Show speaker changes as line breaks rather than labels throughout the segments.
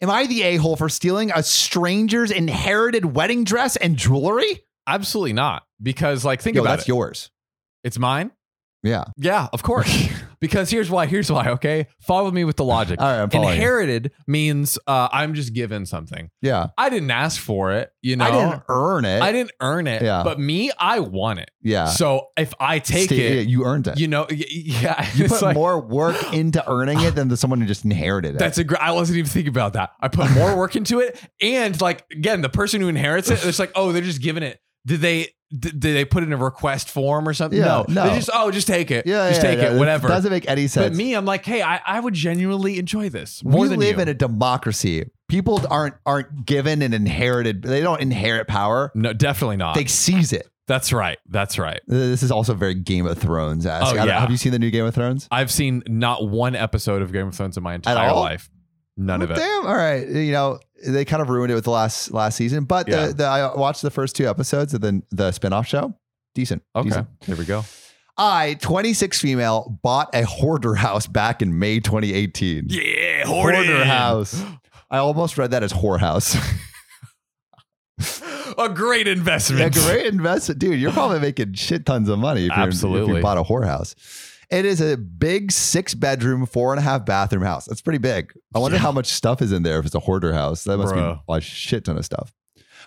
Am I the a hole for stealing a stranger's inherited wedding dress and jewelry?
Absolutely not. Because like think
Yo,
about
that's
it.
yours.
it's mine.
Yeah.
Yeah, of course. because here's why. Here's why. Okay, follow me with the logic. Uh,
All right, I'm following you.
Inherited means uh, I'm just given something.
Yeah.
I didn't ask for it. You know,
I didn't earn it.
I didn't earn it.
Yeah.
But me, I want it.
yeah.
so if I take
Ste- yeah,
it,
You earned it.
you know, y- y- yeah,
You
it's
put
like-
more work into earning it than the someone who just inherited it.
That's a great. I wasn't even thinking about that. I put more work into it, and like again, the person who inherits it, it's like, oh, they're just giving it. Did they? Did did they put in a request form or something?
Yeah,
no,
no.
They just oh, just take it.
yeah,
just
yeah,
take
yeah.
it. Whatever.
Doesn't make any sense.
But me, I'm like, hey, I, I would genuinely enjoy this more
we
than
live
you.
in a democracy. People aren't aren't given an inherited. They don't inherit power.
no, definitely not.
They seize it.
That's right. That's right.
This is also very Game of Thrones esque.
Oh, yeah.
Have you seen the new Game of Thrones?
I've seen not one episode of Game of Thrones in my entire
all?
life. None of it.
Damn. All right. You know they kind of ruined it with the last last season, but
Yeah.
the, the, I watched the first two episodes of the the spinoff show. Decent.
Okay,
Decent.
there we go.
I, 26 female, bought a hoarder house back in May 2018.
Yeah,
Hoarder house. I almost read that as whorehouse.
A great
a
investment.
great investment, dude. You're probably making shit tons of money if, you're- if
Absolutely.
you bought a whorehouse. It is a big six bedroom, four and a half bathroom house. That's pretty big. I wonder
Yeah.
how much stuff is in there if it's a hoarder house. That must
Bruh.
be a shit ton of stuff.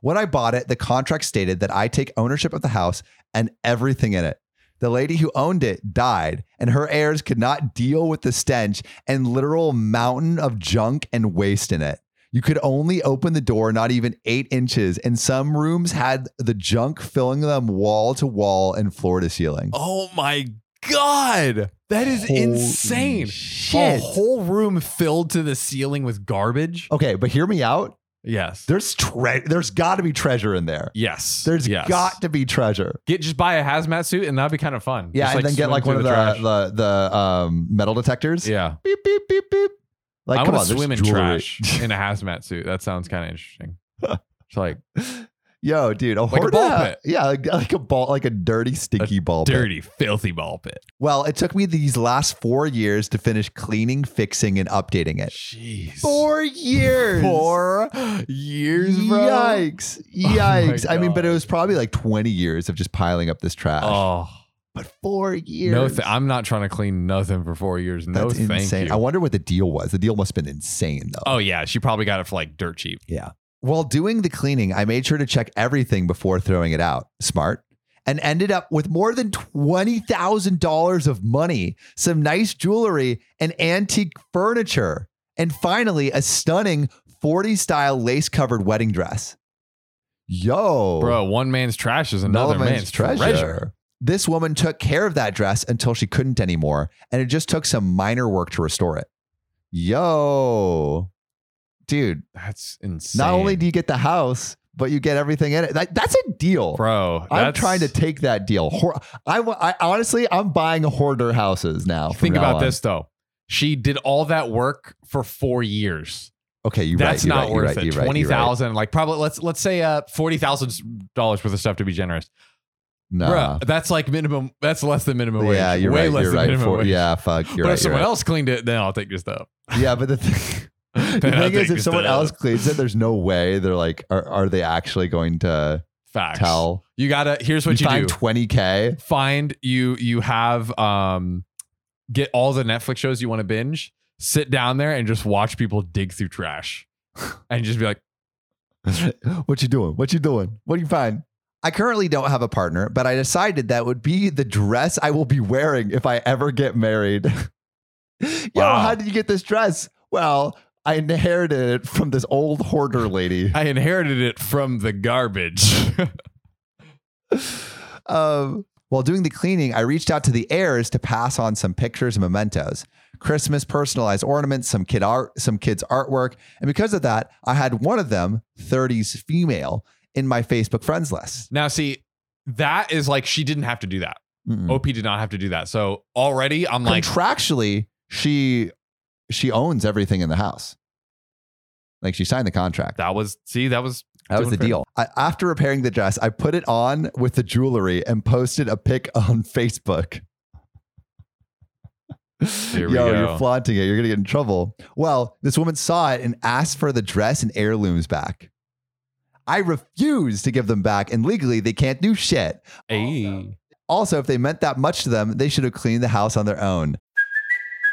When I bought it, the contract stated that I take ownership of the house and everything in it. The lady who owned it died, and her heirs could not deal with the stench and literal mountain of junk and waste in it. You could only open the door not even eight inches, and some rooms had the junk filling them wall to wall and floor to ceiling.
Oh my god, that is
Holy
insane. A
Shit.
whole room filled to the ceiling with garbage.
okay, but hear me out.
Yes.
There's tre- there's got to be treasure in there.
yes.
There's
yes.
got to be treasure.
get just buy a hazmat suit and that'd be kind of fun.
Yeah,
Just,
and then get
swim
like
through
one of
trash.
the the, the um, metal detectors.
Yeah.
Beep beep beep beep. Like
I
come
want
on,
to
there's
swim in
jewelry.
trash in a hazmat suit. That sounds kind of interesting. It's like
Yo, dude, a
Like a
hoarder
ball
house-
pit.
Yeah, like, like a ball, like a dirty, stinky ball pit.
dirty, filthy ball pit.
Well, it took me these last four years to finish cleaning, fixing, and updating it.
Jeez.
years.
Four years, bro. Oh
Yikes. Yikes. I mean, but it
God.
was probably like 20 years of just piling up this trash.
Oh
but four years.
no! Th- I'm not trying to clean nothing for four years. No,
That's
thank
insane.
you.
I wonder what the deal was. The deal must have been insane, though.
oh yeah, she probably got it for like dirt cheap.
While doing the cleaning, I made sure to check everything before throwing it out. Smart. And ended up with more than $20,000 of money, some nice jewelry, and antique furniture. And finally, a stunning 40 style lace covered wedding dress. Yo.
Bro, one man's trash is another
Another
man's, treasure.
This woman took care of that dress until she couldn't anymore, and it just took some minor work to restore it. Yo, dude,
That's insane.
not only do you get the house, but you get everything in it. That, that's a deal.
bro,
I'm
that's-
trying to take that deal. Hor- I, wa- I honestly, I'm buying hoarder houses now. from
think
now
about
on.
this though. She did all that work for four years.
Okay, you're
that's
right. you're
not
right, you're
worth
right,
it.
you're right,
Twenty
you're right.
thousand, like probably let's let's say uh forty thousand dollars worth of stuff to be generous.
Nah.
Bruh, that's like minimum. That's less than minimum wage.
Yeah, you're
Way
right.
less
You're
than
right.
minimum
For-
wage.
yeah, fuck. You're right.
but if
you're
someone
right.
else cleaned it, then I'll take your stuff.
Yeah, but the thing, the
Then I
thing
think
is, if
it's
someone
the-
else cleans it, there's no way they're like, are, are they actually going to
Facts.
tell?
You gotta. Here's what you,
find
do.
twenty k.
find you you have um get all the Netflix shows you want to binge, sit down there and just watch people dig through trash. And just be like,
What you doing? What you doing? What do you find? I currently don't have a partner, but I decided that would be the dress I will be wearing if I ever get married. Yo,
Wow.
how did you get this dress? Well, I inherited it from this old hoarder lady.
I inherited it from the garbage.
Um, while doing the cleaning, I reached out to the heirs to pass on some pictures and mementos, Christmas personalized ornaments, some kid art, some kids artwork, and because of that, I had one of them, 30s female, in my Facebook friends list.
now, see, that is like she didn't have to do that.
Mm-mm.
OP did not have to do that. So already I'm like,
contractually, she she owns everything in the house. Like she signed the contract.
that was see, that was
That was the
doing fair.
deal. I, after repairing the dress, I put it on with the jewelry and posted a pic on Facebook.
Here we
Yo,
go.
you're flaunting it. You're going to get in trouble. Well, this woman saw it and asked for the dress and heirlooms back. I refuse to give them back, and legally, they can't do shit.
Ayy.
Also, if they meant that much to them, they should have cleaned the house on their own.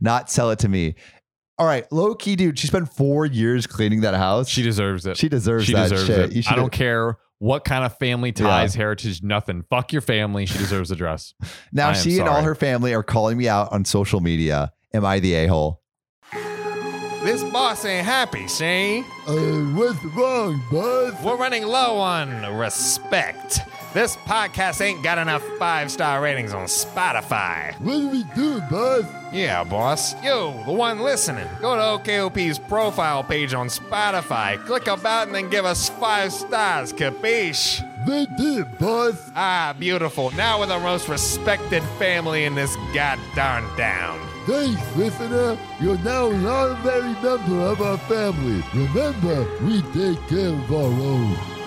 Not sell it to me. All right, low key, dude. She spent four years cleaning that house.
She deserves it.
She deserves
She
that
deserves
shit. You
it.
should-
I don't care what kind of family ties, heritage, nothing. Fuck your family. She deserves a dress. I
Now
am
she and all
sorry.
her family are calling me out on social media. Am I the a hole?
This boss ain't happy, see?
Uh, what's wrong, bud?
We're running low on respect. This podcast ain't got enough five star ratings on Spotify.
What do we do, bud?
Yeah, boss. You, the one listening, go to OKOP's profile page on Spotify, click about, and then give us five stars, capiche?
They did, bud.
Ah, beautiful. Now we're the most respected family in this goddamn town.
Thanks, listener. You're now an honorary member of our family. Remember, we take care of our own.